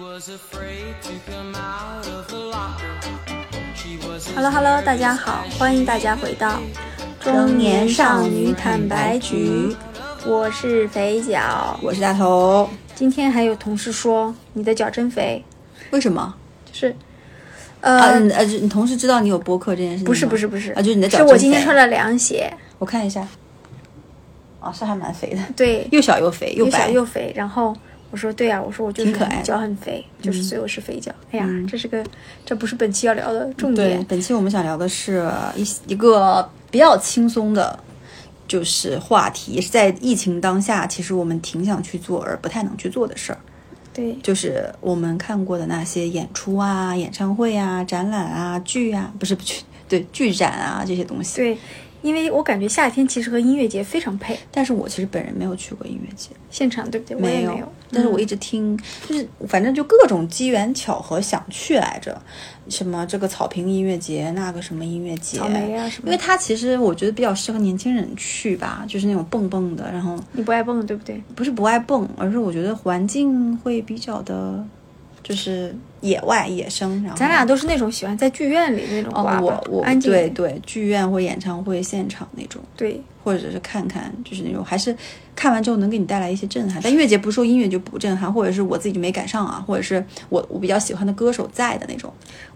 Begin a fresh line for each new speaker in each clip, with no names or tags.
was afraid to come out of the locker. She was
Hello Hello，大家好，欢迎大家回到中年少女坦白局，我是肥脚。
我是大头。
今天还有同事说你的脚真肥，
为什么？
就是，
啊，
呃，
你呃，就你同事知道你有播客这件事情吗？
不是不是不是，
啊，就是你的脚
是
真
我今天
肥
穿了凉鞋，
我看一下，哦，是还蛮肥的，
对，
又小又肥
又
白
小又肥。然后我说对呀、啊我说我就是
挺可爱的嗯
脚很肥，就是所以我是肥脚。哎呀，这是个这不是本期要聊的重
对
点，，
本期我们想聊的是一一个比较轻松的，就是话题，也是在疫情当下，其实我们挺想去做而不太能去做的事儿，
对
就是我们看过的那些演出啊、演唱会啊、展览啊、剧啊，不是不剧，对剧展啊这些东西。
对，因为我感觉夏天其实和音乐节非常配，
但是我其实本人没有去过音乐节，
现场对不对？我也
没
没有，
但是
嗯
我一直听，就是反正就各种机缘巧合想去来着，什么这个草坪音乐节，那个什么音乐节，
草莓啊什么的
因为它其实我觉得比较适合年轻人去吧，就是那种蹦蹦的，然后
你不爱蹦对不对？
不是不爱蹦，而是我觉得环境会比较的，就是野外野生。然后
咱俩都是那种喜欢在剧院里那种
哦
瓜吧，，
我我
安静
对对，剧院或演唱会现场那种。
对
或者是看看，就是那种还是看完之后能给你带来一些震撼。但音乐节不是说音乐就不震撼，或者是我自己就没赶上啊，或者是我我比较喜欢的歌手在的那种，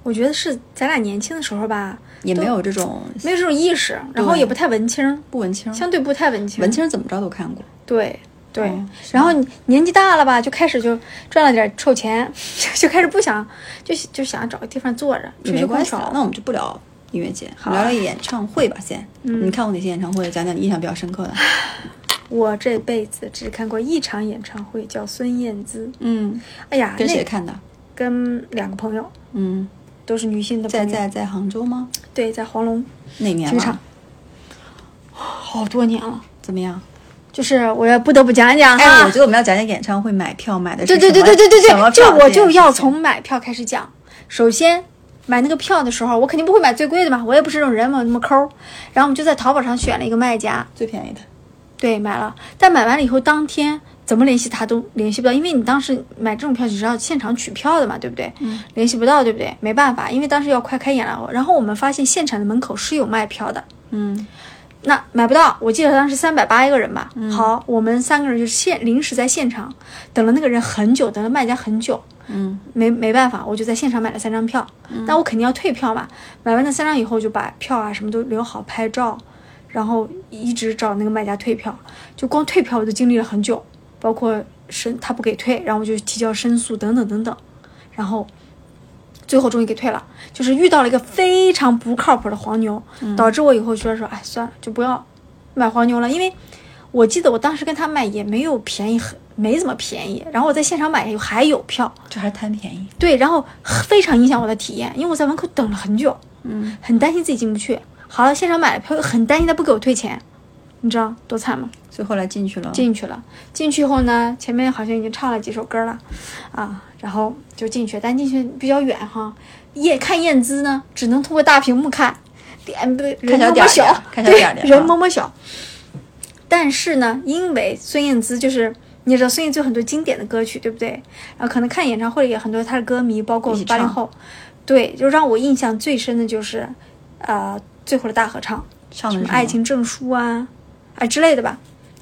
我觉得是咱俩年轻的时候吧，
也
都
没有这种
没有这种意识，然后
对
也不太文青，
不文青儿，
相对不太文青，
文青儿怎么着都看过。
对对、
哦是
然后你年纪大了吧，就开始就赚了点臭钱，就开始不想，就就想找个地方坐着
也
吹
没
吹空
关系啊，那
调。
我们就不聊音乐节，
好啊嗯
聊聊演唱会吧。先，你看过哪些演唱会？讲讲你印象比较 深刻的。
我这辈子只看过一场演唱会，叫孙燕姿。
嗯，
哎呀，
跟谁
那
看的？
跟两个朋友，
嗯，
都是女性的朋
在
友。
在在杭州吗？
对，在黄龙
哪年
体育场
了？，
好多年了。
怎么
啊
样？
就是我要不得不讲一讲哈。
哎，我觉得我们要讲讲演唱会买票买的是
对对对
什么
对对对
什么
对，
票
这我
件
就要从买票开始讲。首先，买那个票的时候，我肯定不会买最贵的嘛，我也不是这种人嘛，那么抠儿。然后我们就在淘宝上选了一个卖家，
最便宜的。
对，买了。但买完了以后，当天怎么联系他都联系不到，因为你当时买这种票你是要现场取票的嘛，对不对？
嗯，
联系不到，对不对？没办法，因为当时要快开演了。然后我们发现现场的门口是有卖票的，
嗯
那买不到，我记得当时三百八一个人吧。
嗯
好，我们三个人就是现临时在现场等了那个人很久，等了卖家很久，
嗯。
没没办法，我就在现场买了三张票。那我肯定要退票嘛。买完那三张以后，就把票啊什么都留好，拍照，然后一直找那个卖家退票。就光退票我就经历了很久，包括申他不给退，然后我就提交申诉等等等等，然后最后终于给退了。就是遇到了一个非常不靠谱的黄牛，导致我以后说说，哎，算了，就不要买黄牛了，因为我记得我当时跟他卖也没有便宜很。没怎么便宜，然后我在现场买以后还有票，
就还是贪便宜。
对，然后非常影响我的体验，因为我在门口等了很久，
嗯，
很担心自己进不去。好了，现场买了票，又很担心他不给我退钱，你知道多惨吗？
所以后来进去了。
进去了，进去后呢，前面好像已经唱了几首歌了，啊，然后就进去，但进去比较远哈，燕看燕姿呢，只能通过大屏幕看，脸不人
小
摸摸
点儿
小
脸，看小
对
点儿脸
人
啊
摸摸小。但是呢，因为孙燕姿就是你也知道孙燕姿有很多经典的歌曲，对不对？然后可能看演唱会也很多她的歌迷，包括
一起
八零
唱
后，对，就让我印象最深的就是，呃，最后的大合唱。
上
什
的
么
嗯是
爱情证书啊，啊之类的吧，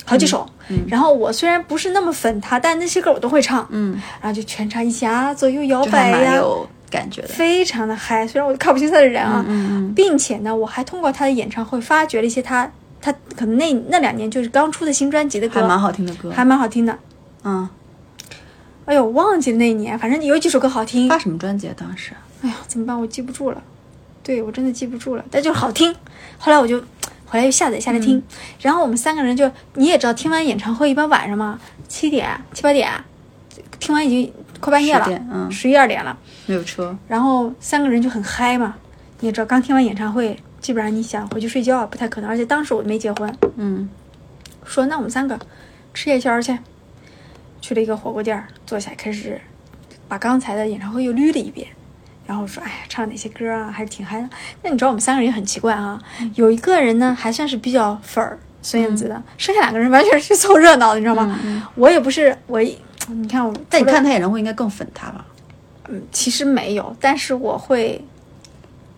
好几首。然后我虽然不是那么粉他，但那些歌我都会唱。
嗯，
然后就全场一起啊，左右摇
就还
摆
蛮
呀、
有感觉的。
非常的嗨。虽然我看不清他的人啊，
嗯嗯
并且呢，我还通过他的演唱会发掘了一些他他可能那那两年就是刚出的新专辑的
嗯，还
歌，
蛮好听的歌。
还蛮好听的。
嗯，
哎呦，忘记了那一年，反正有几首歌好听。
发什么专辑啊？当时
哎呀，怎么办？我记不住了，对我真的记不住了，但就是好听。后来我就回来又下载下来听，然后我们三个人就你也知道，听完演唱会一般晚上嘛，七点七八点，听完已经快半夜
10点
了，
嗯
十一二点了，
没有车，
然后三个人就很嗨嘛，你也知道，刚听完演唱会，基本上你想回去睡觉不太可能，而且当时我没结婚，
嗯，
说那我们三个吃夜宵去，去了一个火锅店儿坐下开始把刚才的演唱会又捋了一遍，然后说哎呀唱哪些歌啊，还是挺嗨的。那你知道我们三个人也很奇怪啊，
嗯
有一个人呢还算是比
嗯
较粉儿孙燕姿的，剩下两个人完全是去凑热闹的，你知道吗？我也不是我一你看我，
但你看他演唱会应该更粉他吧？
嗯，其实没有，但是我会，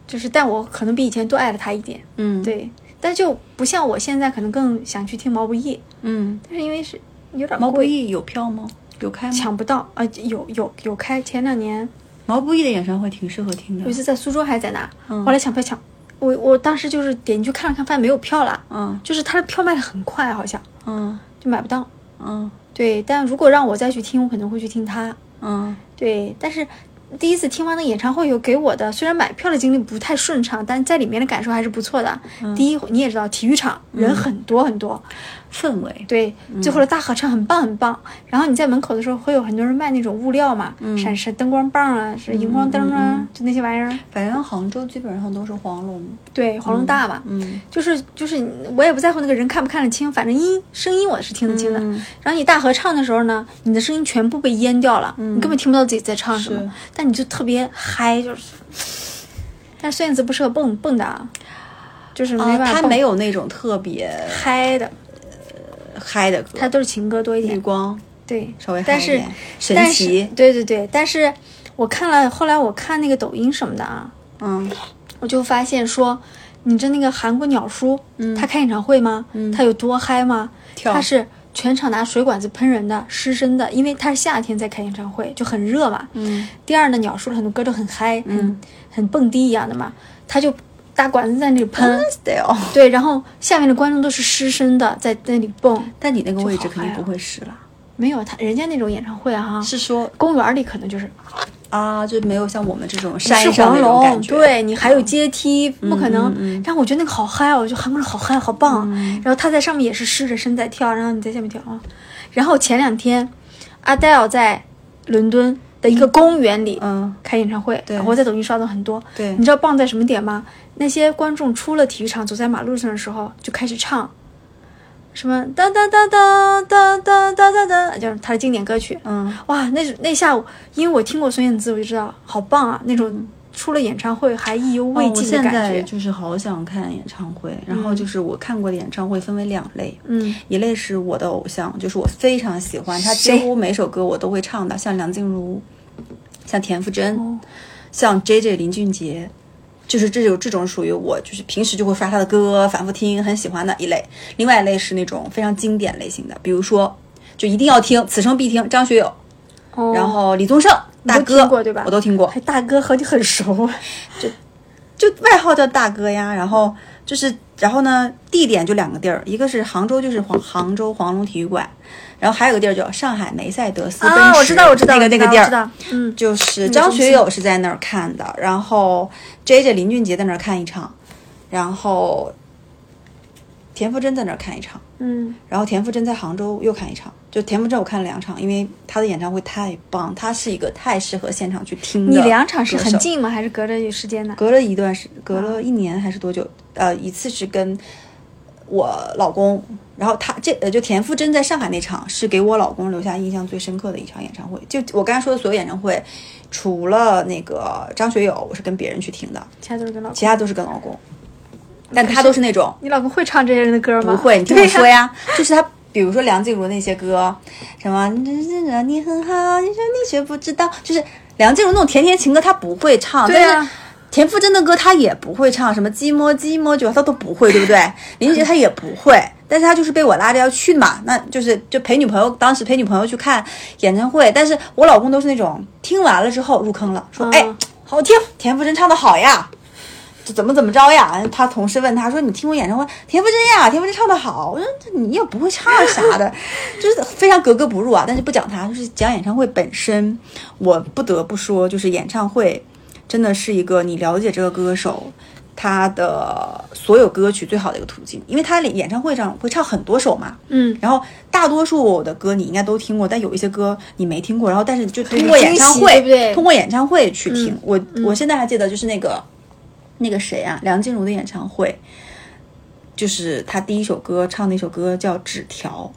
就是但我可能比以前多爱了他一点，
嗯，，
对，但就不像我现在可能更想去听毛不易，
嗯，
但是因为是有点
毛不
贵
易有票吗？有开吗？
抢不到啊，有有有开，前两年
毛不易的演唱会挺适合听
有一
的，
次在苏州还是在哪，
嗯
后来抢票抢，我我当时就是点进去看了看，发现没有票了，
嗯
就是他的票卖的很快，好像
嗯
就买不到。
嗯
对，但如果让我再去听，我可能会去听他。
嗯
对，但是第一次听完那个演唱会有给我的，虽然买票的经历不太顺畅，但在里面的感受还是不错的。第一，你也知道，体育场人很多很多，
氛围，
对，
嗯
最后的大合唱很棒很棒。然后你在门口的时候，会有很多人卖那种物料嘛，
嗯
闪闪灯光棒啊，是荧光灯啊，就那些玩意儿。
反正杭州基本上都是黄龙，
对，黄龙大嘛，
嗯
就是就是我也不在乎那个人看不看得清，反正音声音我是听得清的。
嗯
然后你大合唱的时候呢，你的声音全部被淹掉了，你根本听不到自己在唱什
嗯是
么，但你就特别嗨，就是。但是孙燕姿不适合蹦蹦的，啊，就是没
啊，
办法、
他没有那种特别
嗨的，
嗨的歌，
她都是情歌多一
绿
点。
光
对，
嗯稍微嗨
但
一
是
点神
但是
奇，
对对对，但是我看了，后来我看那个抖音什么的啊，
嗯
我就发现说，你知道那个韩国鸟叔，他开演唱会吗？他有多嗨吗？
嗯跳
他是全场拿水管子喷人的，湿身的，因为他是夏天在开演唱会，就很热嘛。
嗯
第二呢，鸟叔的很多歌都很嗨，很很蹦迪一样的嘛，他就大管子在那里
啊
喷，
，style，
对，然后下面的观众都是湿身的在那里蹦，
但你那个位置
就好
肯定
嗨
不
啊
会是啦，
没有他人家那种演唱会啊哈、
是说
公园里可能就是
啊，就没有像我们这种
不是
山上
黄
那种
龙
感，觉，
对你还有阶梯，不可能。
嗯
然后我觉得那个好嗨哦，我觉得韩国人好嗨，好棒。然后他在上面也是湿着身在跳，然后你在下面跳啊。然后前两天，Adele 在伦敦的一个公园里
嗯
开演唱会，
对
我在抖音刷到很多。
对
你知道棒在什么点吗？那些观众出了体育场，走在马路上的时候就开始唱。什么哒哒哒哒哒哒哒哒哒，就是他的经典歌曲。
嗯，
哇，那那下午，因为我听过孙燕姿，我就知道好棒啊，那种出了演唱会还意犹未
哦我
尽的
现
感
在嗯
觉。
就是好想看演唱会，然后就是我看过的演唱会分为两类，
嗯，
一类是我的偶像，就是我非常喜欢他，几
谁
乎每首歌我都会唱的，像梁静茹，像田馥甄，
哦
像 J J 林俊杰，就是这种这种属于我就是平时就会刷他的歌，反复听，很喜欢的一类。另外一类是那种非常经典类型的，比如说就一定要听，此生必听张学友，
哦
然后李宗盛
你
大
都
哥，
听过对吧？
我都听过
还，大哥和你很熟，
就外号叫大哥呀，然后就是，然后呢，地点就两个地儿，一个是杭州，就是黄杭州黄龙体育馆，然后还有个地儿叫上海梅赛德斯奔驰，
啊我知道我知道
那个
我知
那
道
个地
我知
儿
道，嗯
就是
个
张
中心
学友是在那儿看的，然后 J J 林俊杰在那儿看一场，然后田馥甄在那儿看一场，
嗯，
然后田馥甄在杭州又看一场，就田馥甄我看了两场，因为她的演唱会太棒，她是一个太适合现场去听的
你两场是
歌
很
手
近吗？还是隔着有时间呢？
隔了一段时，
啊
隔了一年还是多久？呃，一次是跟我老公，然后他这呃就田馥甄在上海那场是给我老公留下印象最深刻的一场演唱会。就我刚才说的所有演唱会，除了那个张学友，我是跟别人去听的，
其他都是跟老
其
公。
他都是跟老公。但他都是那种
你老公会唱这些人的歌吗？
不会，你听
对
我 说呀，就是他，比如说梁静茹那些歌，什么你很好，你说你却不知道，就是梁静茹那种甜甜情歌，她不会唱，
对啊
但是。田馥甄的歌她也不会唱，什么寂寞寂寞就她都不会，对不对？林俊杰她也不会，但是她就是被我拉着要去嘛，那就是就陪女朋友，当时陪女朋友去看演唱会，但是我老公都是那种听完了之后入坑了，说、
嗯
哎好听，田馥甄唱的好呀，就怎么怎么着呀？他同事问他说：“你听过演唱会？田馥甄呀，田馥甄唱的好。”我说：“这你又不会唱啥的， 就是非常格格不入啊。”但是不讲他，就是讲演唱会本身。我不得不说，就是演唱会真的是一个你了解这个歌手他的所有歌曲最好的一个途径，因为他演唱会上会唱很多首嘛。
嗯，
然后大多数的歌你应该都听过，但有一些歌你没听过，然后但是就通
很
过演唱
惊喜
会，
对不对嗯
通过演唱会去听。我我现在还记得，就是那个那个谁啊，梁静茹的演唱会，就是她第一首歌唱那首歌叫《纸条》，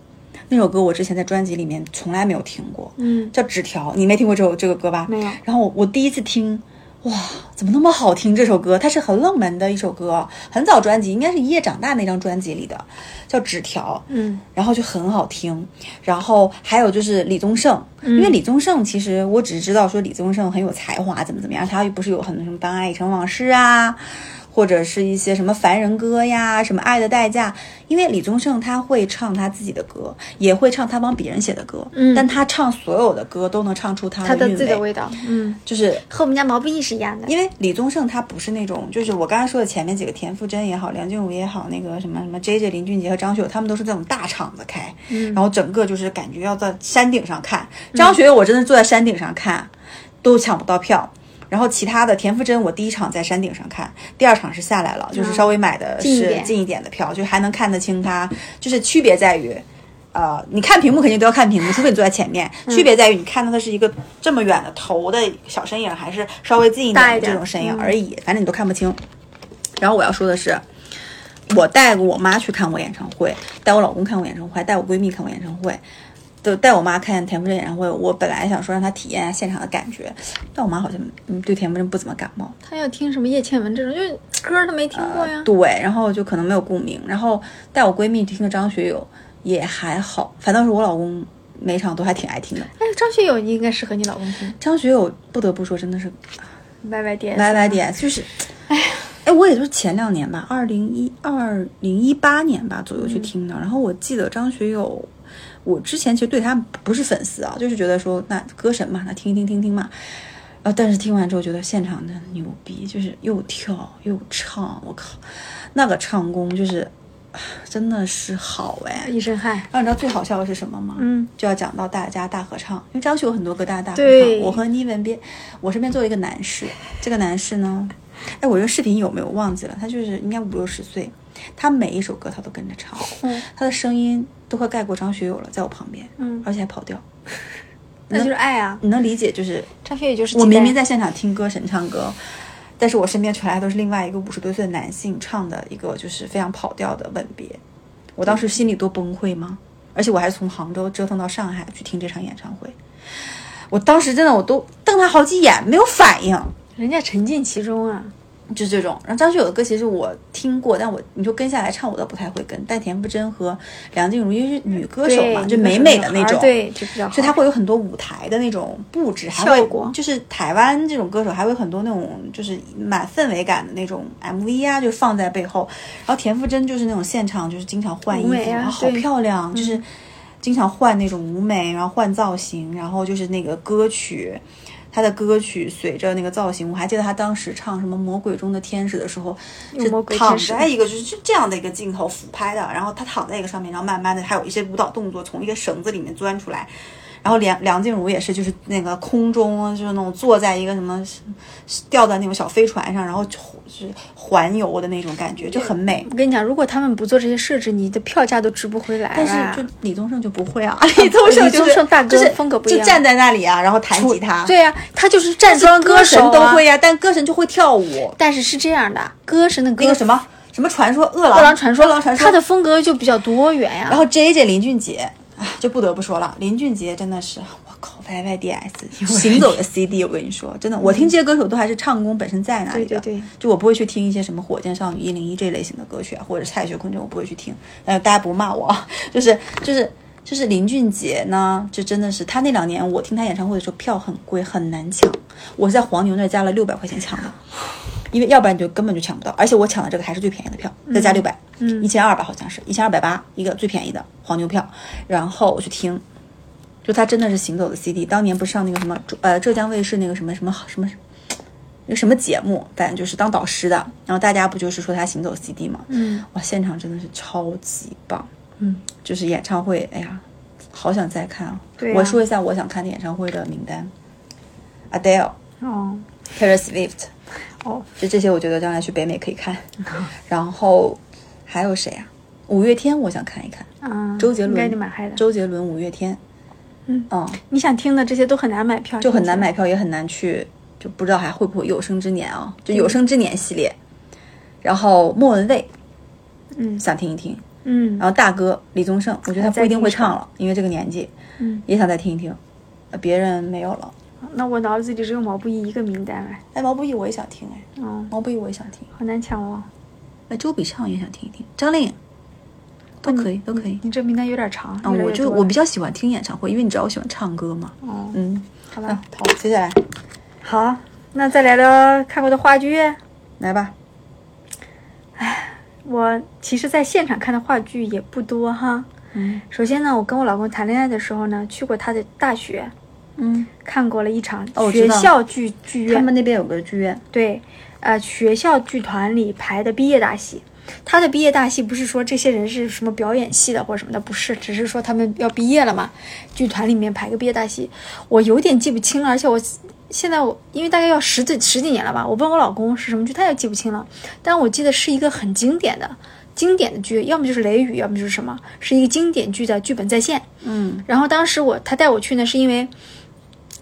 那首歌我之前在专辑里面从来没有听过，
嗯
叫《纸条》，你没听过这首这个歌吧？
没有
然后我我第一次听，哇，怎么那么好听？这首歌它是很冷门的一首歌，很早专辑，应该是《一夜长大》那张专辑里的，叫《纸条》。
嗯，
然后就很好听。然后还有就是李宗盛，
嗯
因为李宗盛其实我只是知道说李宗盛很有才华，怎么怎么样，他又不是有很多什么《当爱已成往事》啊，或者是一些什么《凡人歌》呀，什么《爱的代价》。因为李宗盛他会唱他自己的歌，也会唱他帮别人写的歌，
嗯
但他唱所有的歌都能唱出他
它的
韵
自己的味道，嗯，
就是
和我们家毛不易是一样的。
因为李宗盛他不是那种，就是我刚才说的前面几个田馥甄也好，梁静茹也好，那个什么什么 J J 林俊杰和张学友，他们都是这种大场子开，
嗯
然后整个就是感觉要在山顶上看。张学友我真的坐在山顶上看，都抢不到票。然后其他的田馥甄，我第一场在山顶上看，第二场是下来了，就是稍微买的
啊近一
是
点
近一点的票，就还能看得清他。就是区别在于，呃，你看屏幕肯定都要看 屏幕，除非你坐在前面。
嗯
区别在于你看到的是一个这么远的头的小身影，还是稍微近一
大
点
一
的
点嗯
这种身影而已，反正你都看不清。然后我要说的是，我带我妈去看过演唱会，带我老公看过演唱会，还带我闺蜜看过演唱会。就带我妈看田馥甄演唱会，我本来想说让她体验一下现场的感觉，但我妈好像嗯对田馥甄不怎么感冒，
他要听什么叶倩文这种，就是歌他没听过呀。
对，然后就可能没有共鸣。然后带我闺蜜听的张学友也还好，反倒是我老公每场都还挺爱听的。
但是哎张学友你应该适合你老公听
张学友不得不说真的是
，Y 呃 Y D S。
Y Y D S，就是，哎，我也就是前两年吧，二零一二零一八年吧左右去听的。然后我记得张学友，我之前其实对他不是粉丝啊，就是觉得说那歌神嘛，那听一听听听嘛。然后但是听完之后觉得现场的牛逼，就是又跳又唱，我靠，那个唱功就是啊真的是好哎。
一身汗。
然后你知道最好笑的是什么吗？
嗯，
就要讲到大家大合唱，因为张学友很多歌大家大合
对
唱。我和倪文斌，我身边坐一个男士，这个男士呢，哎，我这个视频有没有忘记了？他就是应该五六十岁，他每一首歌他都跟着唱，
嗯
他的声音都快盖过张学友了，在我旁边，
嗯
而且还跑调。
那就是爱啊。
你能理解就是
张学友就是
嗯我
期待
明明在现场听歌神唱歌，但是我身边传来都是另外一个五十多岁的男性唱的一个就是非常跑调的吻别，我当时心里多崩溃吗？而且我还是从杭州折腾到上海去听这场演唱会，我当时真的我都瞪他好几眼，没有反应。
人家沉浸其中啊。
就是这种。然后张学友的歌其实我听过，但我你说跟下来唱我倒不太会跟，但田馥甄和梁静茹因为是女歌手嘛，
对
就
女歌
美
手
美
女
的
孩
那
儿
种，
啊对就比较
所以它
好
会有很多舞台的那种布置，还
效
会
果
就是台湾这种歌手还会有很多那种就是满氛围感的那种 MV 啊，就放在背后。然后田馥甄就是那种现场就是经常换衣
舞
服，
美啊
然后好
对嗯
漂亮，就是经常换那种舞美，然后换造型，然后就是那个歌曲。他的歌曲随着那个造型，我还记得他当时唱什么《魔鬼中的天使》的时候，
有
是
魔鬼
躺哎
天使
在一个就是这样的一个镜头俯拍的，然后他躺在一个上面，然后慢慢的还有一些舞蹈动作从一个绳子里面钻出来，然后梁梁静茹也是就是那个空中就是那种坐在一个什么吊在那种小飞船上，然后就是环游的那种感觉，就很美。
我跟你讲，如果他们不做这些设置，你的票价都值不回来啊了。
但是 就李宗盛就不会啊， 李宗
李
盛就
宗
是
盛大哥
就是
风格不一
就
样
站在那里啊，然后弹吉他，
对呀、他就是站
装
桩
歌
手、
神
啊、
都会。呀、但歌神就会跳舞。
但是是这样的，歌神的歌
那个什么什么传说，饿狼
饿狼传说，
饿狼传说，
他的风格就比较多元呀、
然后 J J 林俊杰，哎，就不得不说了，林俊杰真的是，我靠，Y Y D S 行走的 C D，我跟你说，真的，我听这些歌手都还是唱功本身在那里的，
对对对
就我不会去听一些什么火箭少女一零一这类型的歌曲啊，或者蔡徐坤这种我不会去听，呃，大家不骂我，啊，就是就是。就是林俊杰呢，就真的是他那两年，我听他演唱会的时候票很贵，很难抢。我是在黄牛那儿加了六百块钱抢的，因为要不然你就根本就抢不到。而且我抢的这个还是最便宜的票，再加六百，一千二吧，好像是一千二百八一个最便宜的黄牛票。然后我去听，就他真的是行走的 CD。当年不是上那个什么呃浙江卫视那个什么什么什么。一个什么节目，反正就是当导师的，然后大家不就是说他行走 CD 嘛，
嗯，
哇，现场真的是超级棒，
嗯，
就是演唱会，哎呀，好想再看啊！
对啊
我说一下我想看的演唱会的名单：Adele、
哦
Taylor Swift，
哦，
就这些，我觉得将来去北美可以 看。然后还有谁啊？五月天，我想看一看。
嗯，
周杰
应该
伦
你蛮嗨的。
周杰伦、五月天，
嗯
嗯，
你想听的这些都很难买票，
就很
听
难
起来。
买票，也很难去，就不知道还会不会有生之年啊？就有生之年系列。然后莫文蔚
嗯
想听一听，
嗯，
然后大哥李宗盛，我觉得他不一定会唱了，因为这个年纪，
嗯
也想再听一听，呃别人没有了。
那我脑子里只有毛不易一个名单哎，
哎，毛不易我也想听哎，
嗯，
毛不易我也想听，
好难抢哦。
哎，周笔畅也想听一听，张靓颖都可以，都可以。
你这名单有点长，
嗯，
越来
我
越
就
多
我
了
比较喜欢听演唱会，因为你知道我喜欢唱歌嘛。
哦，
嗯，
好
嗯，
吧，
好，接下来
好，那再聊聊看过的话剧。
来吧。
我其实在现场看的话剧也不多哈。
嗯
首先呢，我跟我老公谈恋爱的时候呢，去过他的大学，
嗯，
看过了一场
哦我知
学
道
校剧剧
他
院，
们那边有个剧院，
对，呃，学校剧团里排的毕业大戏。他的毕业大戏不是说这些人是什么表演系的或者什么的，不是，只是说他们要毕业了嘛，剧团里面排个毕业大戏，我有点记不清了，而且我现在我因为大概要十几十几年了吧，我问我老公是什么剧，他也记不清了，但我记得是一个很经典的经典的剧，要么就是《雷雨》，要么就是什么，是一个经典剧的剧本再现。
嗯
然后当时我他带我去呢，是因为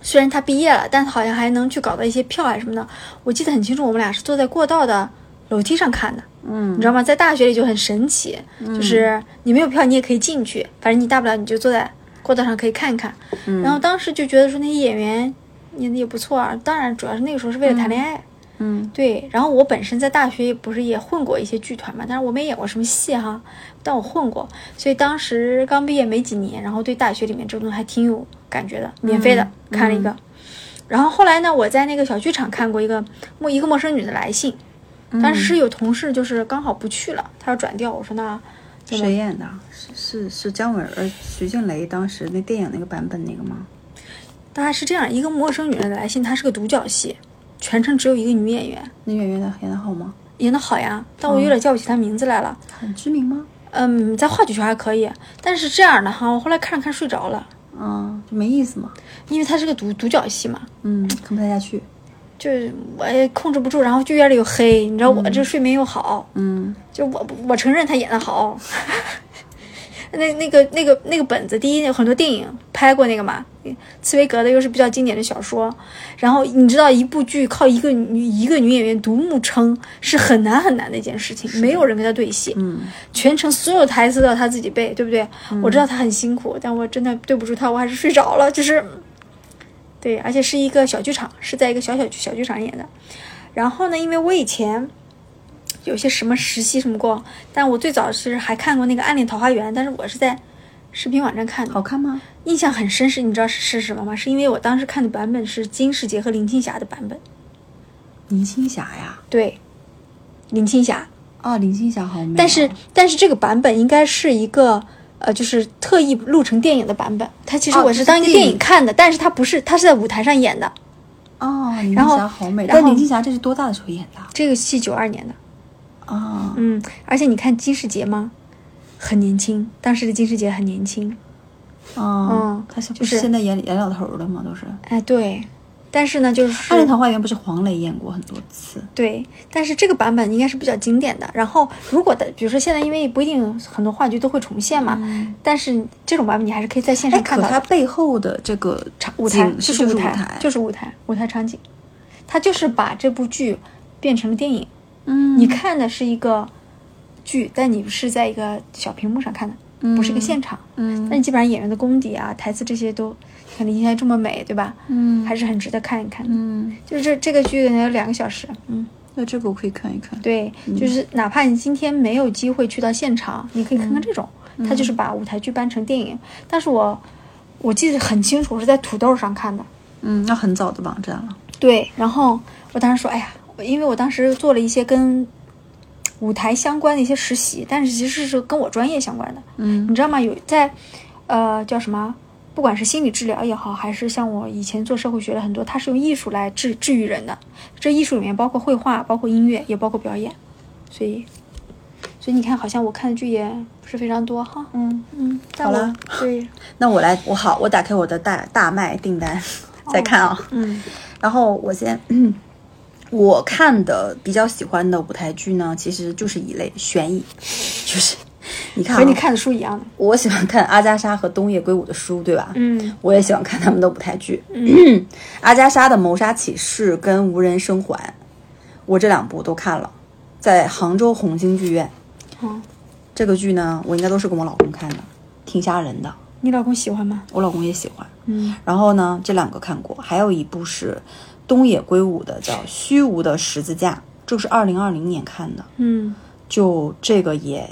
虽然他毕业了，但好像还能去搞到一些票啊什么的。我记得很清楚，我们俩是坐在过道的楼梯上看的，
嗯
你知道吗？在大学里就很神奇，就是你没有票你也可以进去，反正你大不了你就坐在过道上可以看一看。然后当时就觉得说那些演员演的也不错啊，当然主要是那个时候是为了谈恋爱。
嗯
对，然后我本身在大学也不是也混过一些剧团嘛，但是我没演过什么戏哈，但我混过，所以当时刚毕业没几年，然后对大学里面这种东西还挺有感觉的，免费的、看了一个。然后后来呢，我在那个小剧场看过一个陌一个陌生女的来信，当时是有同事就是刚好不去了，他要转调，我说那怎么
谁演的？是是是姜文儿呃徐静蕾当时那电影那个版本那个吗？
大概是这样，一个陌生女人的来信，它是个独角戏，全程只有一个女演员，
那演员的演的好吗？
演的好呀，但我有点叫不起她名字来了。
很知名吗？
嗯，在话剧圈还可以，但是这样的哈，我后来看着看睡着了，
嗯，就没意思嘛。
因为它是个独独角戏嘛，
嗯，看不太下去。
就是我也控制不住，然后剧院里又黑，你知道我这睡眠又好，
嗯
就我我承认他演的好。 那那个那个那个本子，第一有很多电影拍过那个嘛，茨威格的又是比较经典的小说，然后你知道一部剧靠一个女一个女演员独幕撑是很难很难的一件事情，没有人跟她对戏，
嗯，
全程所有台词都要他自己背，对不对？我知道他很辛苦，但我真的对不住他，我还是睡着了。就是，对，而且是一个小剧场，是在一个小小小剧场演的。然后呢，因为我以前有些什么实习什么过，但我最早是还看过那个《暗恋桃花源》，但是我是在视频网站看的，
好看吗？
印象很深是，你知道是是什么吗？是因为我当时看的版本是金世杰和林青霞的版本，
林青霞呀，
对，林青霞。
哦，林青霞好美啊。
但是但是这个版本应该是一个呃，就是特意录成电影的版本。它其实
哦
我
这
是
是
当一个
电
电
影
影看的，但是它不是，它是在舞台上演的。
哦，林青
然后
霞好美。
然后
但林青霞这是多大的时候演的？
这个戏九二年的，
啊，
嗯，而且你看金世杰吗？很年轻，当时的金世杰很年轻。
哦
嗯，
她是不
就是是
现在演演老头儿了吗？都是。
哎，对，但是呢，就是
《暗恋桃花源》不是黄磊演过很多次？
对，但是这个版本应该是比较经典的。然后，如果的，比如说现在，因为不一定很多话剧都会重现嘛，但是这种版本你嗯还是可以在线哎上看
可
到的。
它背后的这个场
舞台
景
就是是
就是
台，
台，
就是舞台，舞台场景，它就是把这部剧变成了电影。
嗯，
你看的是一个剧，但你是在一个小屏幕上看的，不是一个现场。
嗯
但基本上演员的功底啊、台词这些都像林青霞这么美，对吧？
嗯
还是很值得看一看。
嗯，
就是这这个剧呢有两个小时，嗯，
那这个我可以看一看。
对，就是哪怕你今天没有机会去到现场，你可以看看这种，它就是把舞台剧搬成电影。但是我我记得很清楚，我是在土豆上看的。
嗯，那很早的网站了。
对，然后我当时说，哎呀，我因为我当时做了一些跟舞台相关的一些实习，但是其实是跟我专业相关的，
嗯
你知道吗？有在呃叫什么？不管是心理治疗也好，还是像我以前做社会学的很多，它是用艺术来治治愈人的。这艺术里面包括绘画，包括音乐，也包括表演，所以，所以你看，好像我看的剧也不是非常多哈。
嗯，
嗯，但
好
我
啦
对，
那我来，我好，我打开我的大大麦订单，再看啊。
嗯
然后我先， 我看的比较喜欢的舞台剧呢，其实就是一类悬疑， 就是你看、啊，
和你，看的书一样的。
我喜欢看阿加莎和东野圭吾的书，对吧？
嗯
我也喜欢看他们的舞台剧，嗯 阿加莎的《谋杀启示》跟《无人生还》，我这两部都看了，在杭州红星剧院。
哦，
这个剧呢，我应该都是跟我老公看的，挺吓人的，
你老公喜欢吗？
我老公也喜欢。
嗯，
然后呢，这两个看过，还有一部是东野圭吾的，叫《虚无的十字架》，这个是二零二零年看的，
嗯
就这个也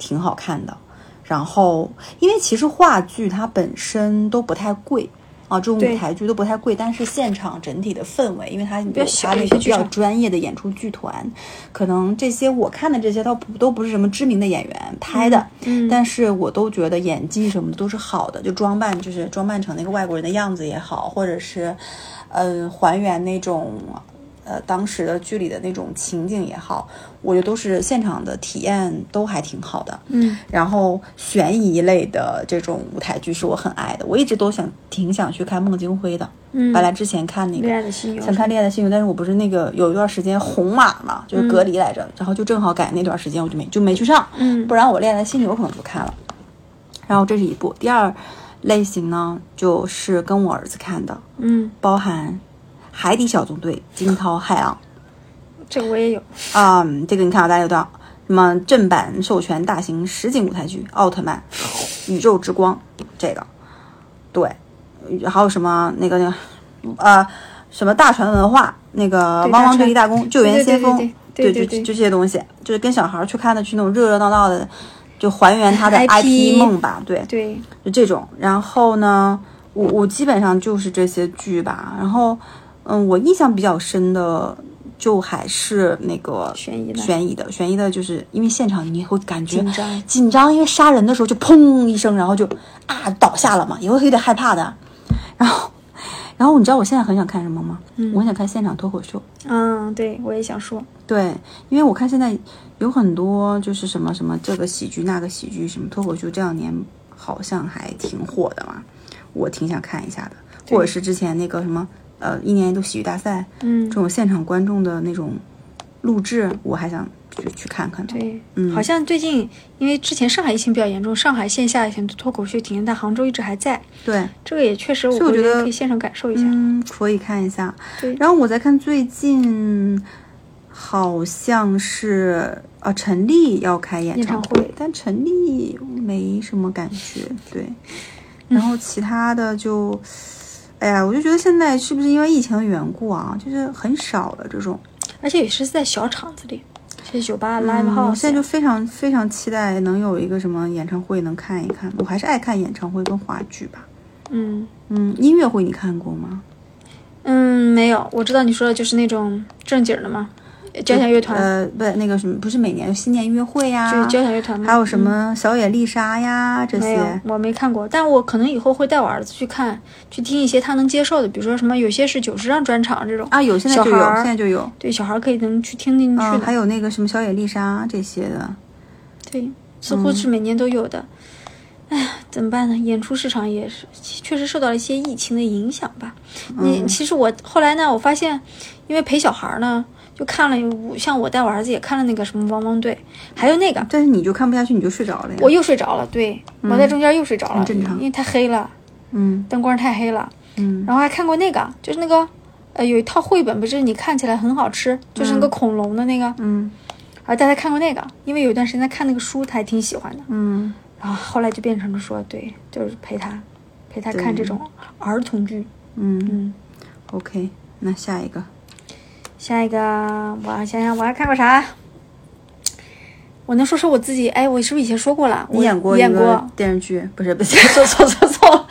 挺好看的。然后，因为其实话剧它本身都不太贵啊，这种
对
舞台剧都不太贵，但是现场整体的氛围，因为它有
较小
它那
一些
个比
剧
较
场
专业的演出剧团，可能这些我看的这些，倒不都不是什么知名的演员拍的，
嗯
但是我都觉得演技什么的都是好的，就装扮就是装扮成那个外国人的样子也好，或者是，呃，还原那种呃当时的剧里的那种情景也好，我觉得都是现场的体验都还挺好的。
嗯，
然后悬疑类的这种舞台剧是我很爱的，我一直都想挺想去看孟京辉的。
嗯
本来之前看那个
恋爱的犀牛
想看《恋爱的幸运》，但是我不是那个有一段时间红码嘛，就是隔离来着，然后就正好赶那段时间，我就没就没去上，
嗯
不然我《恋爱的幸运》我可能就看了。然后这是一部，第二类型呢，就是跟我儿子看的，
嗯，
包含《海底小纵队》《惊涛骇浪
这个我也有，》
啊、嗯，这个你看到大家有多少？什么正版授权大型实景舞台剧《奥特曼》《宇宙之光》这个，对，还有什么那个那个呃什么大船文化那个
对
汪
大
汪队
船
立大功救援
对对
先
对
锋，
对对
就
对
就
对
这些东西，就是跟小孩儿去看的，去那种热热闹闹的，就还原他的
IP
IP 梦吧，对，
对，
就这种。然后呢，我我基本上就是这些剧吧。然后，嗯，我印象比较深的就还是那个
悬疑的
悬疑的，悬疑的，就是因为现场你会感觉
紧张
紧张，因为杀人的时候就砰一声，然后就啊倒下了嘛，也会有点害怕的。然后，然后你知道我现在很想看什么吗？我很想看现场脱口秀。
嗯，对我也想说，
对，因为我看现在有很多就是什么什么这个喜剧那个喜剧什么脱口秀，这两年好像还挺火的嘛，我挺想看一下的。或者是之前那个什么呃一年一度喜剧大赛，
嗯
这，种现场观众的那种录制，我还想去去看看的。
对，
嗯
好像最近因为之前上海疫情比较严重，上海线下以前脱口秀停，但杭州一直还在，
对，
这个也确实我
所以我觉
觉
得
可以现场感受一下。
嗯，可以看一下。
对，
然后我在看最近，好像是啊，陈粒要开演
演
唱
唱
会，
会
但陈粒没什么感 觉，对。然后其他的就，哎呀，我就觉得现在是不是因为疫情的缘故啊，就是很少了这种。
而且也是在小场子里，是酒吧、live
嗯我
house。
现在就非常非常期待能有一个什么演唱会能看一看，我还是爱看演唱会跟话剧吧。
嗯
嗯，音乐会你看过吗？
嗯，没有，我知道你说的就是那种正经儿的嘛，交响乐团，
呃，不，那个什么，不是每年有新年音乐会呀、
就是交响乐团嘛。
呃还有什
嗯？
么小野丽莎呀这
没有
些，，
我没看过，但我可能以后会带我儿子去看，去听一些他能接受的，比如说什么有些是九十张专场这种
啊，有现在
小
就有，
孩儿
现在就有，
对小孩儿可以能去听进去
嗯，
的。
还有那个什么小野丽莎这些的，
对，似
嗯
乎是每年都有的。哎、呀，怎么办呢？演出市场也是确实受到了一些疫情的影响吧。你、
嗯
其实我后来呢，我发现，因为陪小孩儿呢，就看了我像我带我儿子也看了那个什么汪汪队，还有那个
但是你就看不下去，你就睡着了呀。
我又睡着了，对、我在中间又睡着了，
嗯很正常
因为太黑了，
嗯
灯光太黑了。
嗯
然后还看过那个，就是那个。呃，有一套绘本，不是你看起来很好吃，就是那个恐龙的那个，
嗯
啊，大家看过那个，因为有一段时间在看那个书，他还挺喜欢的。
嗯，
然后后来就变成了说，对，就是陪他，陪他看这种儿童剧。
嗯
嗯
，OK，那下一个，
下一个我要想想我还看过啥？我能说说我自己？哎，我是不是以前说过了？
你
我
过一
演
个
过，
电视剧，不是不是，说错错错 了，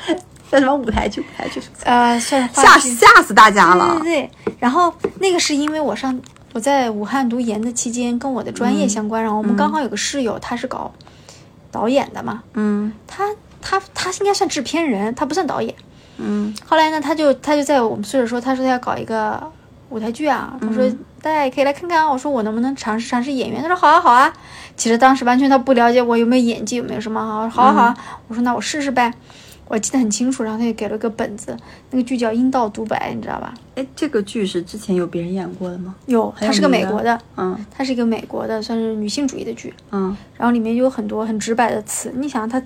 叫什么舞台剧？舞台剧，
呃，算是
吓
话剧。
吓死大家了
对。对对。然后那个是因为我上我在武汉读研的期间，跟我的专业相关，然后我们刚好有个室友，他是搞导演的嘛，
嗯
他他他应该算制片人，他不算导演。
嗯
后来呢，他就他就在我们宿舍说，他说他要搞一个舞台剧啊，他说大家也可以来看看啊。我说我能不能尝试尝试演员？他说好啊好啊。其实当时完全他不了解我有没有演技，有没有什么好，好啊好啊。我说那我试试呗。我记得很清楚，然后他就给了个本子，那个剧叫《阴道独白》，你知道吧？
哎，这个剧是之前有别人演过的吗？
有，
很有
它是个
名
美
的
国的，
嗯
它是一个美国的，算是女性主义的剧。
嗯，
然后里面有很多很直白的词，你想它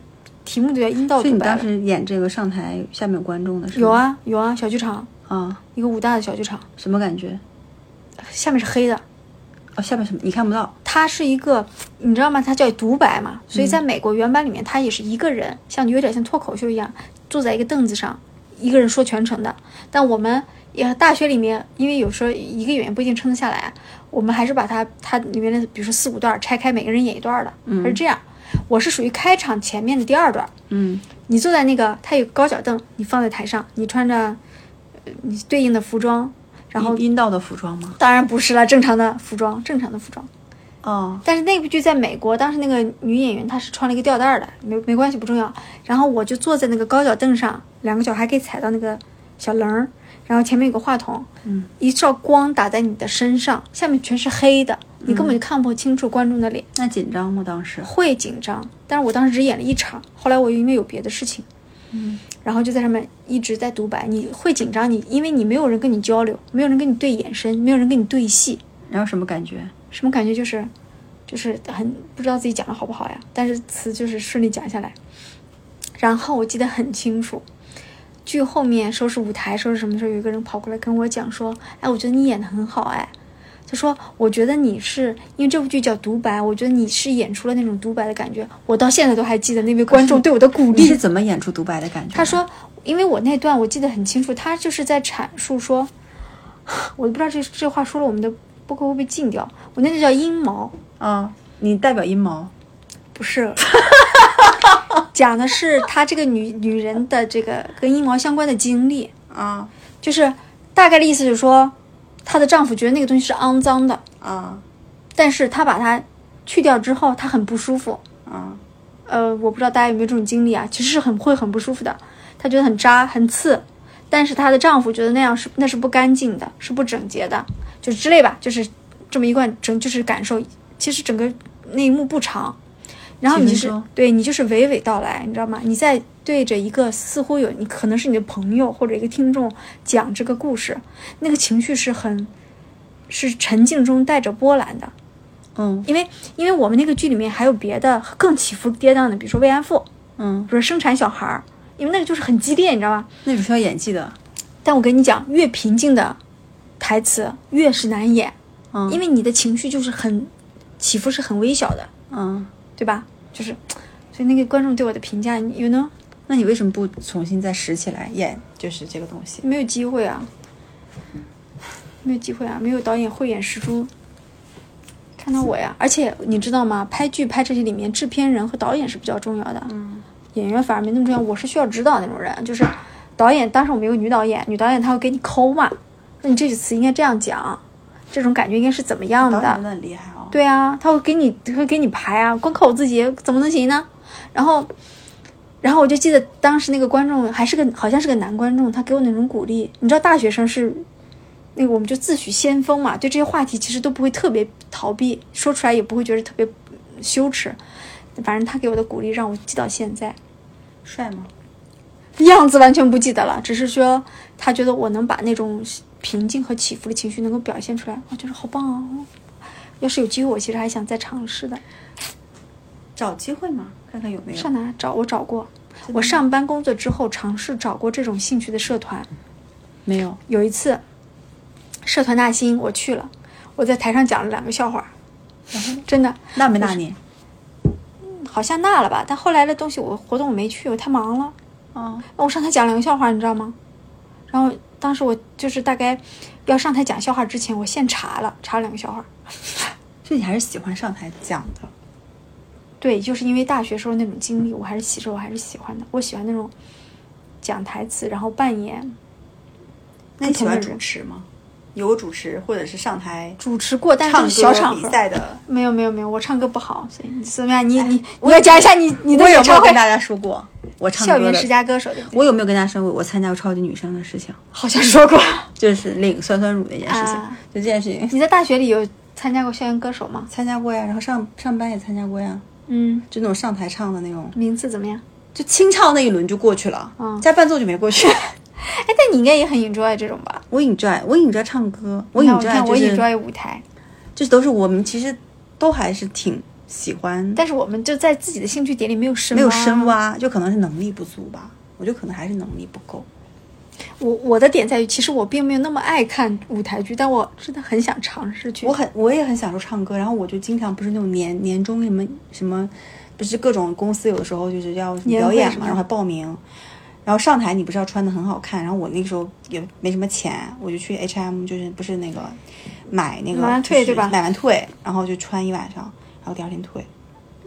题目就叫阴道
所以
独
你
白
当
了，
时演这个上台，下面有观众的是吗？
有啊有啊，小剧场，
啊，
一个武大的小剧场，
什么感觉？
下面是黑的，
哦，下面什么你看不到？
它是一个，你知道吗？它叫独白嘛，所以在美国原版里面，他也是一个人，像有点像脱口秀一样，坐在一个凳子上，一个人说全程的，但我们也大学里面，因为有时候一个演员不一定撑得下来，啊我们还是把它它里面的比如说四五段儿拆开，每个人演一段儿的，它是这样。我是属于开场前面的第二段，
嗯，
你坐在那个，它有个高脚凳，你放在台上，你穿着呃你对应的服装，然后
阴道的服装吗？
当然不是了，正常的服装，正常的服装。
哦，
但是那部剧在美国，当时那个女演员她是穿了一个吊带儿的，没没关系，不重要。然后我就坐在那个高脚凳上，两个脚还可以踩到那个小棱儿，然后前面有个话筒，
嗯，
一照光打在你的身上，下面全是黑的，
嗯
你根本就看不清楚观众的脸，
那紧张吗？当时
会紧张。但是我当时只演了一场，后来我因为有别的事情，
嗯，
然后就在上面一直在独白。你会紧张，你因为你没有人跟你交流，没有人跟你对眼神，没有人跟你对戏，
然后什么感觉？
什么感觉？就是，就是很不知道自己讲的好不好呀，但是词就是顺利讲下来。然后我记得很清楚，剧后面收拾舞台、收拾什么时候，有一个人跑过来跟我讲说：“哎，我觉得你演的很好，哎。”他说：“我觉得你是因为这部剧叫独白，我觉得你是演出了那种独白的感觉。我到现在都还记得那位观众对我的鼓
你
励
是。怎么演出独白的感觉？
他，说，因为我那段我记得很清楚，他就是在阐述说， 我都不知道这这话说了我们的播客会不会禁掉。我那段叫阴谋，
啊，你代表阴谋，
不是， 讲的是她这个女女人的这个跟阴毛相关的经历，
啊
就是大概的意思就是说，她的丈夫觉得那个东西是肮脏的，
啊
但是她把它去掉之后，她很不舒服。
啊
呃，我不知道大家有没有这种经历啊，其实是很会很不舒服的，她觉得很扎很刺，但是她的丈夫觉得那样是那是不干净的，是不整洁的，就是之类吧，就是这么一贯整就是感受。其实整个那一幕不长，然后你就
几
是
分钟
对你就是娓娓道来，你知道吗？你在对着一个似乎有你可能是你的朋友或者一个听众讲这个故事，那个情绪是很是沉静中带着波澜的，
嗯
因为因为我们那个剧里面还有别的更起伏跌宕的，比如说慰安妇，
嗯
比，如说生产小孩儿，因为那个就是很激烈，你知道吗？
那是需要演技的，
但我跟你讲，越平静的台词越是难演，
嗯，
因为你的情绪就是很起伏是很微小的，
嗯，
对吧？就是，所以那个观众对我的评价，有呢
那你为什么不重新再拾起来演？就是这个东西，
没有机会啊，没有机会啊，没有导演慧眼识珠。看到我呀，而且你知道吗？拍剧拍这些里面，制片人和导演是比较重要的。
嗯
演员反而没那么重要。我是需要指导那种人，就是导演。当时我们有个女导演，女导演她会给你抠嘛，那你这句词应该这样讲，这种感觉应该是怎么样
导演真
的？
的很厉害哦。，
对啊，她会给你会给你排啊，光靠我自己怎么能行呢？然后，然后我就记得当时那个观众还是个好像是个男观众，他给我那种鼓励。你知道大学生是。那个我们就自诩先锋嘛，对这些话题其实都不会特别逃避，说出来也不会觉得特别羞耻。反正他给我的鼓励让我记到现在。
帅吗？
样子完全不记得了，只是说他觉得我能把那种平静和起伏的情绪能够表现出来，我觉得好棒啊！要是有机会，我其实还想再尝试的。
找机会嘛，看看有没有
上。哪找？我找过，
的吗
我上班工作之后尝试找过这种兴趣的社团。
没有，
有一次，社团大兴我去了，我在台上讲了两个笑话，
嗯
真的
纳没纳你？
好像那了吧？但后来的东西我活动我没去，我太忙了。
哦，
我上台讲两个笑话，你知道吗？然后当时我就是大概要上台讲笑话之前，我先查了查了两个笑话。
就你还是喜欢上台讲的。
对，就是因为大学时候那种经历，我还是其实我还是喜欢的。我喜欢那种讲台词，然后扮演
那你
不同
喜
的
欢
人
主持吗？有主持，或者是上台
主持过，但是
唱
就是小
歌
场
比
合。
赛的？
没有没有没有，我唱歌不好，所以你怎么样？你你你要讲一下你你的
哎
演
我有没有
唱会
跟，大家说过我唱
校
歌
园
的
十佳歌手对不对？
我有没有跟大家说过我参加过超级女声的事情？
好像说过。
就是领酸酸乳那件事情，
啊
就这件事情
你在大学里有参加过校园歌手吗？
参加过呀，然后上上班也参加过呀，
嗯，
就那种上台唱的那种，
名次怎么样？哎
就清唱那一轮就过去了，
嗯
加伴奏就没 过去。
哎，但你应该也很 enjoy 这种吧？
我 enjoy，我 enjoy 唱歌，我
你看我
enjoy
看
就
我
是
enjoy 舞台。
这都是我们其实都还是挺喜欢，
但是我们就在自己的兴趣点里没有深
没有深。挖，就可能是能力不足吧，我就可能还是能力不够。
我我的点在于，其实我并没有那么爱看舞台剧，但我真的很想尝试去。
我很我也很享受唱歌，然后我就经常不是那种年年终什么什么，不是各种公司有的时候就是要
年会
表演
什么的
嘛，然后还报名，然然后上台你不是要穿的很好看，然后我那个时候也没什么钱，我就去 H M，就是不是那个买那个
买完退
就是
对吧
买完退，然后就穿一晚上，然后第二天退。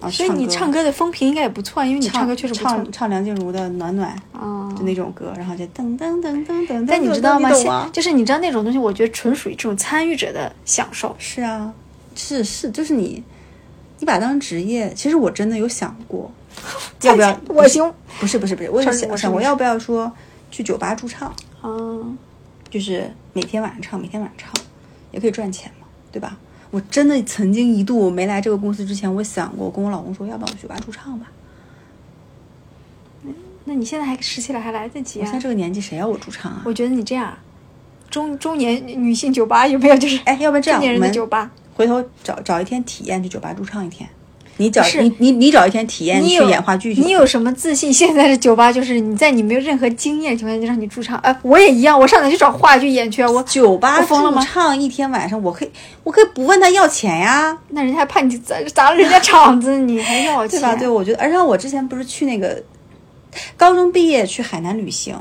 然后
所以你唱歌的风评应该也不错，因为你
唱
唱歌确实不错
唱唱梁静茹的《暖暖》
啊。
就那种歌，然后就噔噔噔噔噔噔。
但你知道吗？
你懂
现就是你知道那种东西，我觉得纯属于这种参与者的享受。
是啊，是是，就是你，你把它当职业。其实我真的有想 过，要不要？
我行
不是不是不是，我有
承认
想
我是
想过
女
要不要说去酒吧驻唱，
啊，
就是每天晚上唱，每天晚上唱，也可以赚钱嘛，对吧？我真的曾经一度我没来这个公司之前，我想过，我跟我老公说，要不要去酒吧驻唱吧？
那你现在还拾起来还来得及
我现
啊
在！这个年纪，谁要我驻唱啊？
我觉得你这样，中中年女性酒吧有没有？就是
哎要不然这样
中年人
我
的
们
酒吧，
回头找找一天体验去酒吧驻唱一天。你找
是
你你你找一天体验去
你有
演话剧去，
你有什么自信？现在的酒吧就是你在你没有任何经验的情况下就让你驻唱，哎、我也一样，我上哪去找话剧演去啊？我
酒吧
我疯了
驻
吗
唱一天晚上，我可以，我可以不问他要钱呀，
那人家还怕你砸砸了人 家场子，你还要钱？
对吧？对，我觉得，而且我之前不是去那个高中毕业去海南旅行，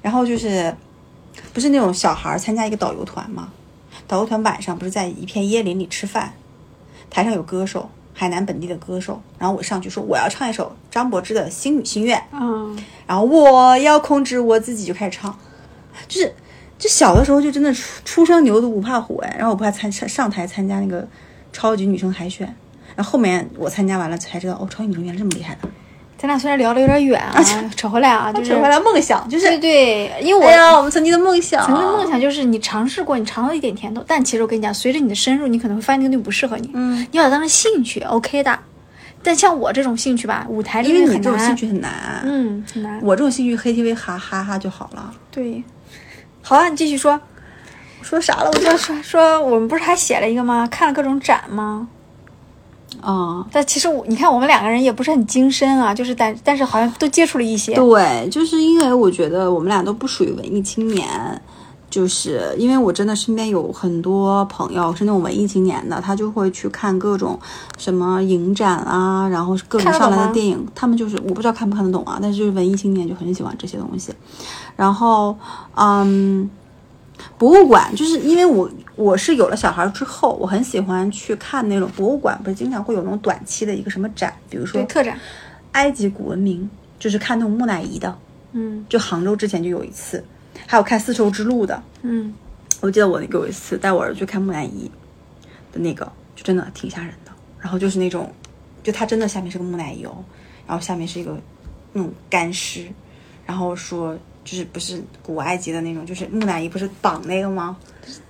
然后就是不是那种小孩儿参加一个导游团嘛？导游团晚上不是在一片椰林里吃饭，台上有歌手，海南本地的歌手，然后我上去说我要唱一首张柏芝的《星语心愿》，
嗯，
然后我要控制我自己，就开始唱，就是就小的时候就真的初初生牛犊不怕虎哎，然后我不还参上上台参加那个超级女声海选，然后后面我参加完了才知道哦，超级女声原来这么厉害的，
咱俩虽然聊的有点远啊，扯回来啊，就是
扯回来梦想就是
对对，因为我、
哎呀，我们曾经的梦想，
曾经的梦想就是你尝试过，你尝到一点甜头，但其实我跟你讲，随着你的深入，你可能会发现那个东西不适合你。
嗯，
你把它当成兴趣，OK 的。但像我这种兴趣吧，舞台里
因为
面
你
很
这种
难
兴趣很难，
嗯，很难。
我这种兴趣 KTV 哈哈哈就好了。
对，好啊，你继续说。
我说啥了？我
说说说，我们不是还写了一个吗？看了各种展吗？
啊、
但其实我，你看我们两个人也不是很精深啊，就是但但是好像都接触了一些。
对，就是因为我觉得我们俩都不属于文艺青年，就是因为我真的身边有很多朋友是那种文艺青年的，他就会去看各种什么影展啊，然后是各种
看得
上
懂
来的
吗
电影，他们就是我不知道看不看得懂啊，但是就是文艺青年就很喜欢这些东西。然后，嗯，博物馆就是因为我我是有了小孩之后，我很喜欢去看那种博物馆，不是经常会有那种短期的一个什么展，比如说
对，特展。
埃及古文明，就是看那种木乃伊的。
嗯
就杭州之前就有一次，还有看丝绸之路的，
嗯，
我记得我有一次带我儿子去看木乃伊的那个，就真的挺吓人的。然后就是那种，就它真的下面是个木乃伊哦，然后下面是一个那种干尸，然后说就是不是古埃及的那种，就是木乃伊不是绑那个吗？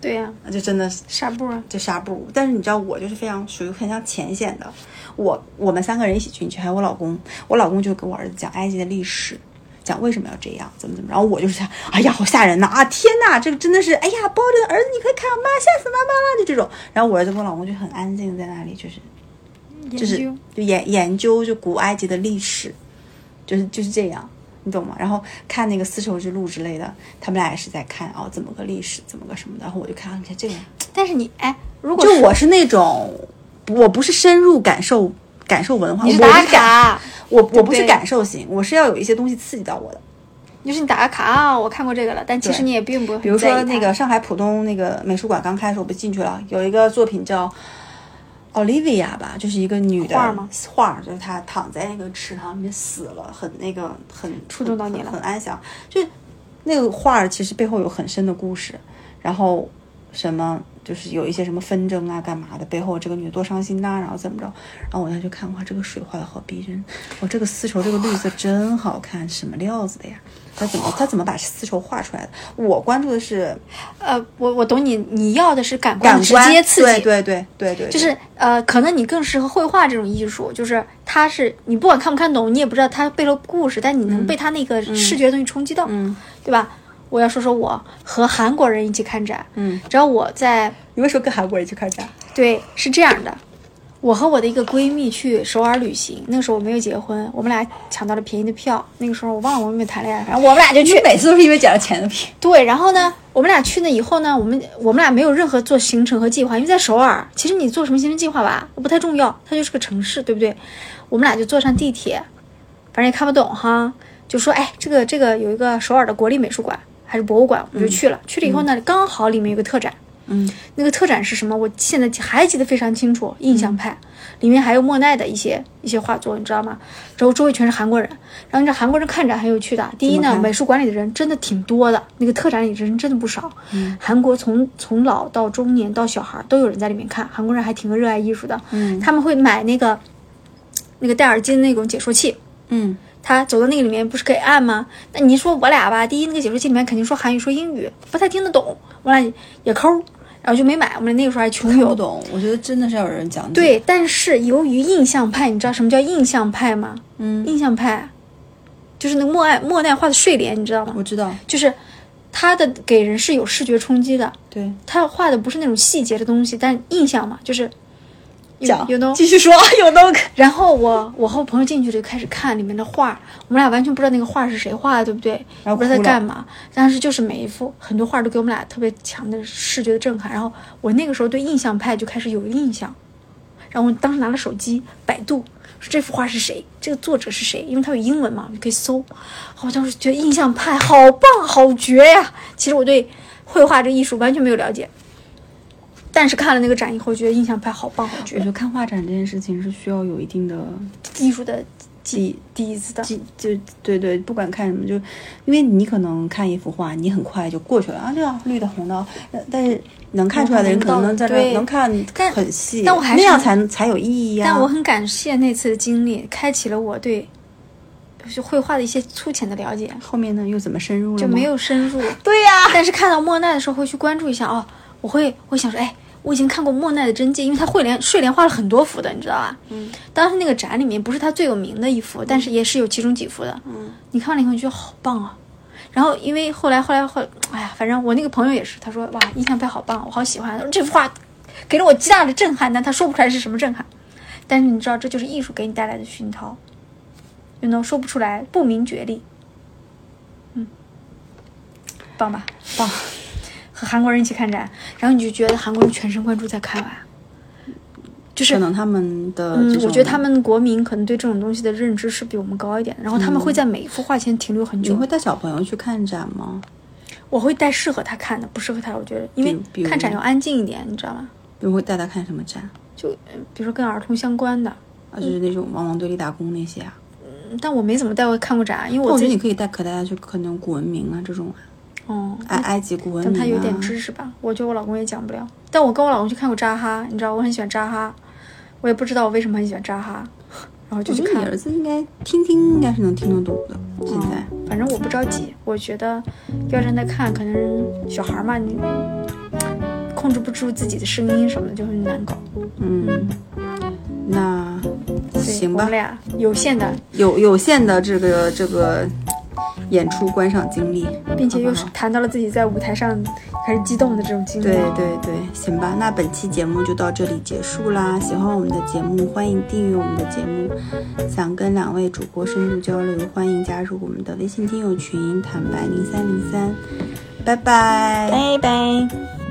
对啊呀、
那就真的是
纱布啊。
就纱布。但是你知道，我就是非常属于很像前线的。我我们三个人一起进去，还有我老公，我老公就给我儿子讲埃及的历史。讲为什么要这样，怎么怎么，然后我就是想，哎呀，好吓人呐！啊，天呐，这个真的是，哎呀，抱着儿子，你快看，妈，吓死妈妈了，就这种。然后我儿子跟我老公就很安静地在那里，就是就
研
是
究。
就研研究就古埃及的历史，就是就是这样，你懂吗？然后看那个丝绸之路之类的，他们俩也是在看哦，怎么个历史，怎么个什么的。然后我就看，啊你看这个，
但是你哎，如果
就是我是那种，我不是深入感受感受文化，
你是
我
打
感，
卡，
我我不
对
是感受型，我是要有一些东西刺激到我的。
就是你打个卡啊，我看过这个了，但其实
对
你也并不
比如
在
说
意它
那个上海浦东那个美术馆刚开始，我不进去了，有一个作品叫 Olivia 吧，就是一个女的
画儿吗
画儿就是她躺在那个池塘里面死了，很那个很
触动到你了
很很安详。就是那个画儿其实背后有很深的故事，然后什么就是有一些什么纷争啊，干嘛的，背后这个女的多伤心呐、然后怎么着，然后我再去看，哇，这个水画的好逼真，我这个丝绸这个绿色真好看，什么料子的呀？他怎么他怎么把丝绸画出来的？我关注的是
呃，我我懂你，你要的是感官
感
的直
官，
接刺激，
对对对对对，
就是呃，可能你更适合绘画这种艺术，就是它是你不管看不看懂，你也不知道它背后故事，但你能被它那个视觉的东西冲击到，
嗯
对吧？我要说说我和韩国人一起看展，
嗯，
只要我在
你为什么跟韩国人去看展？
对，是这样的，我和我的一个闺蜜去首尔旅行，那个时候我没有结婚，我们俩抢到了便宜的票，那个时候我忘了我们有没有谈恋爱，反正我们俩就去，
每次都是因为捡了钱的屁。
对，然后呢，我们俩去那以后呢，我们我们俩没有任何做行程和计划，因为在首尔，其实你做什么行程计划吧，不太重要，它就是个城市，对不对？我们俩就坐上地铁，反正也看不懂哈，就说哎，这个这个有一个首尔的国立美术馆还是博物馆，我们就去了。去了以后呢，刚好里面有个特展，
嗯，
那个特展是什么？我现在还记得非常清楚，印象派。里面还有莫奈的一些一些画作，你知道吗？然后周围全是韩国人，然后你知道韩国人看展很有趣的。第一
怎么
呢，
看
美术馆里的人真的挺多的，那个特展里的人真的不少。
嗯
韩国从从老到中年到小孩儿都有人在里面看，韩国人还挺热爱艺术的。
嗯
他们会买那个那个戴耳机的那种解说器，
嗯
他走到那个里面不是可以按吗？那你说我俩吧，第一那个解说器里面肯定说韩语说英语，不太听得懂，我俩也抠，然后就没买。我们那个时候还穷游
不， 懂，我觉得真的是要有人讲解。，
对，但是由于印象派，你知道什么叫印象派吗？
嗯，
印象派就是那个莫奈莫奈画的睡莲，你知道吗
我？知道，
就是他的给人是有视觉冲击的，
对，
他画的不是那种细节的东西，但印象嘛，就是
讲，
有 you know
继续说，有 no，
然后我我和我朋友进去就开始看里面的画，我们俩完全不知道那个画是谁画的，对不对？
然后
不知道
哭
在
了
干嘛。但是就是每一幅很多画都给我们俩特别强的视觉的震撼。然后我那个时候对印象派就开始有印象，然后我当时拿了手机百度。说这幅画是谁？这个作者是谁？因为它有英文嘛，你可以搜。我当时觉得印象派好棒，好绝呀、其实我对绘画这艺术完全没有了解，但是看了那个展以后，觉得印象派好棒，好
我觉
绝，
得看画展这件事情是需要有一定的
艺术的
底
底子的。
就就对对，不管看什么，就因为你可能看一幅画，你很快就过去了啊，对啊，绿的红的，呃但是能看出来的人可能能在这儿
对
能看
但
很细，
但我还是
那样才才有意义啊。
但我很感谢那次的经历，开启了我对就是绘画的一些粗浅的了解，
后面呢又怎么深入了？
就没。有深入。
嗯对呀、
但是看到莫奈的时候，会去关注一下哦，我会会想说，哎，我已经看过莫奈的真迹，因为他绘莲睡莲画了很多幅的，你知道吧？嗯。当时那个展里面不是他最有名的一幅，但是也是有其中几幅的。嗯。你看完了以后，你觉得好棒啊！然后因为后来后来后来，哎呀，反正我那个朋友也是，他说哇，印象派好棒，我好喜欢，这幅画给了我极大的震撼，但他说不出来是什么震撼。但是你知道，这就是艺术给你带来的熏陶，you know，说不出来，不明觉厉，嗯，棒吧？
棒！
和韩国人一起看展，然后你就觉得韩国人全神贯注在看啊，就是
可能他们的
嗯
这，种
我觉得他们国民可能对这种东西的认知是比我们高一点，然后他们
嗯
会在每一幅画前停留很
你
久。
会带小朋友去看展吗？
我会带适合他看的，不适合他，我觉得因
比比
为
如
看展要安静一点，你知道吗？
比如会带他看什么展
就呃比如说跟儿童相关的，
啊？就是那种往往堆里打工那些啊。
嗯但我没怎么带过看过展，因为
那
我
我
自
觉得
己
你可以带可带他去可能古文明啊这种啊，
哦，
埃埃及古文
等
明、啊。
他有点知识吧。我觉得我老公也讲不了，但我跟我老公去看过扎哈，你知道我很喜欢扎哈，我也不知道我为什么很喜欢扎哈，然后就
我
去
觉得
看
你
了
儿。子应该听听，应该是能听得懂的。现在、
嗯反正我不着急，我觉得要让他看，可能小孩儿嘛，你控制不住自己的声音什么的就很难搞。
嗯，那
对
行
我
吧
们，俩有限的，
有有限的这个这个演出观赏经历，
并且
好不
又
好
是谈到了自己在舞台上开始激动的这种经历。
对对对，行吧，那本期节目就到这里结束啦。喜欢我们的节目，欢迎订阅我们的节目。想跟两位主播深度交流，欢迎加入我们的微信听友群“坦白零三零三”。拜拜。
拜拜。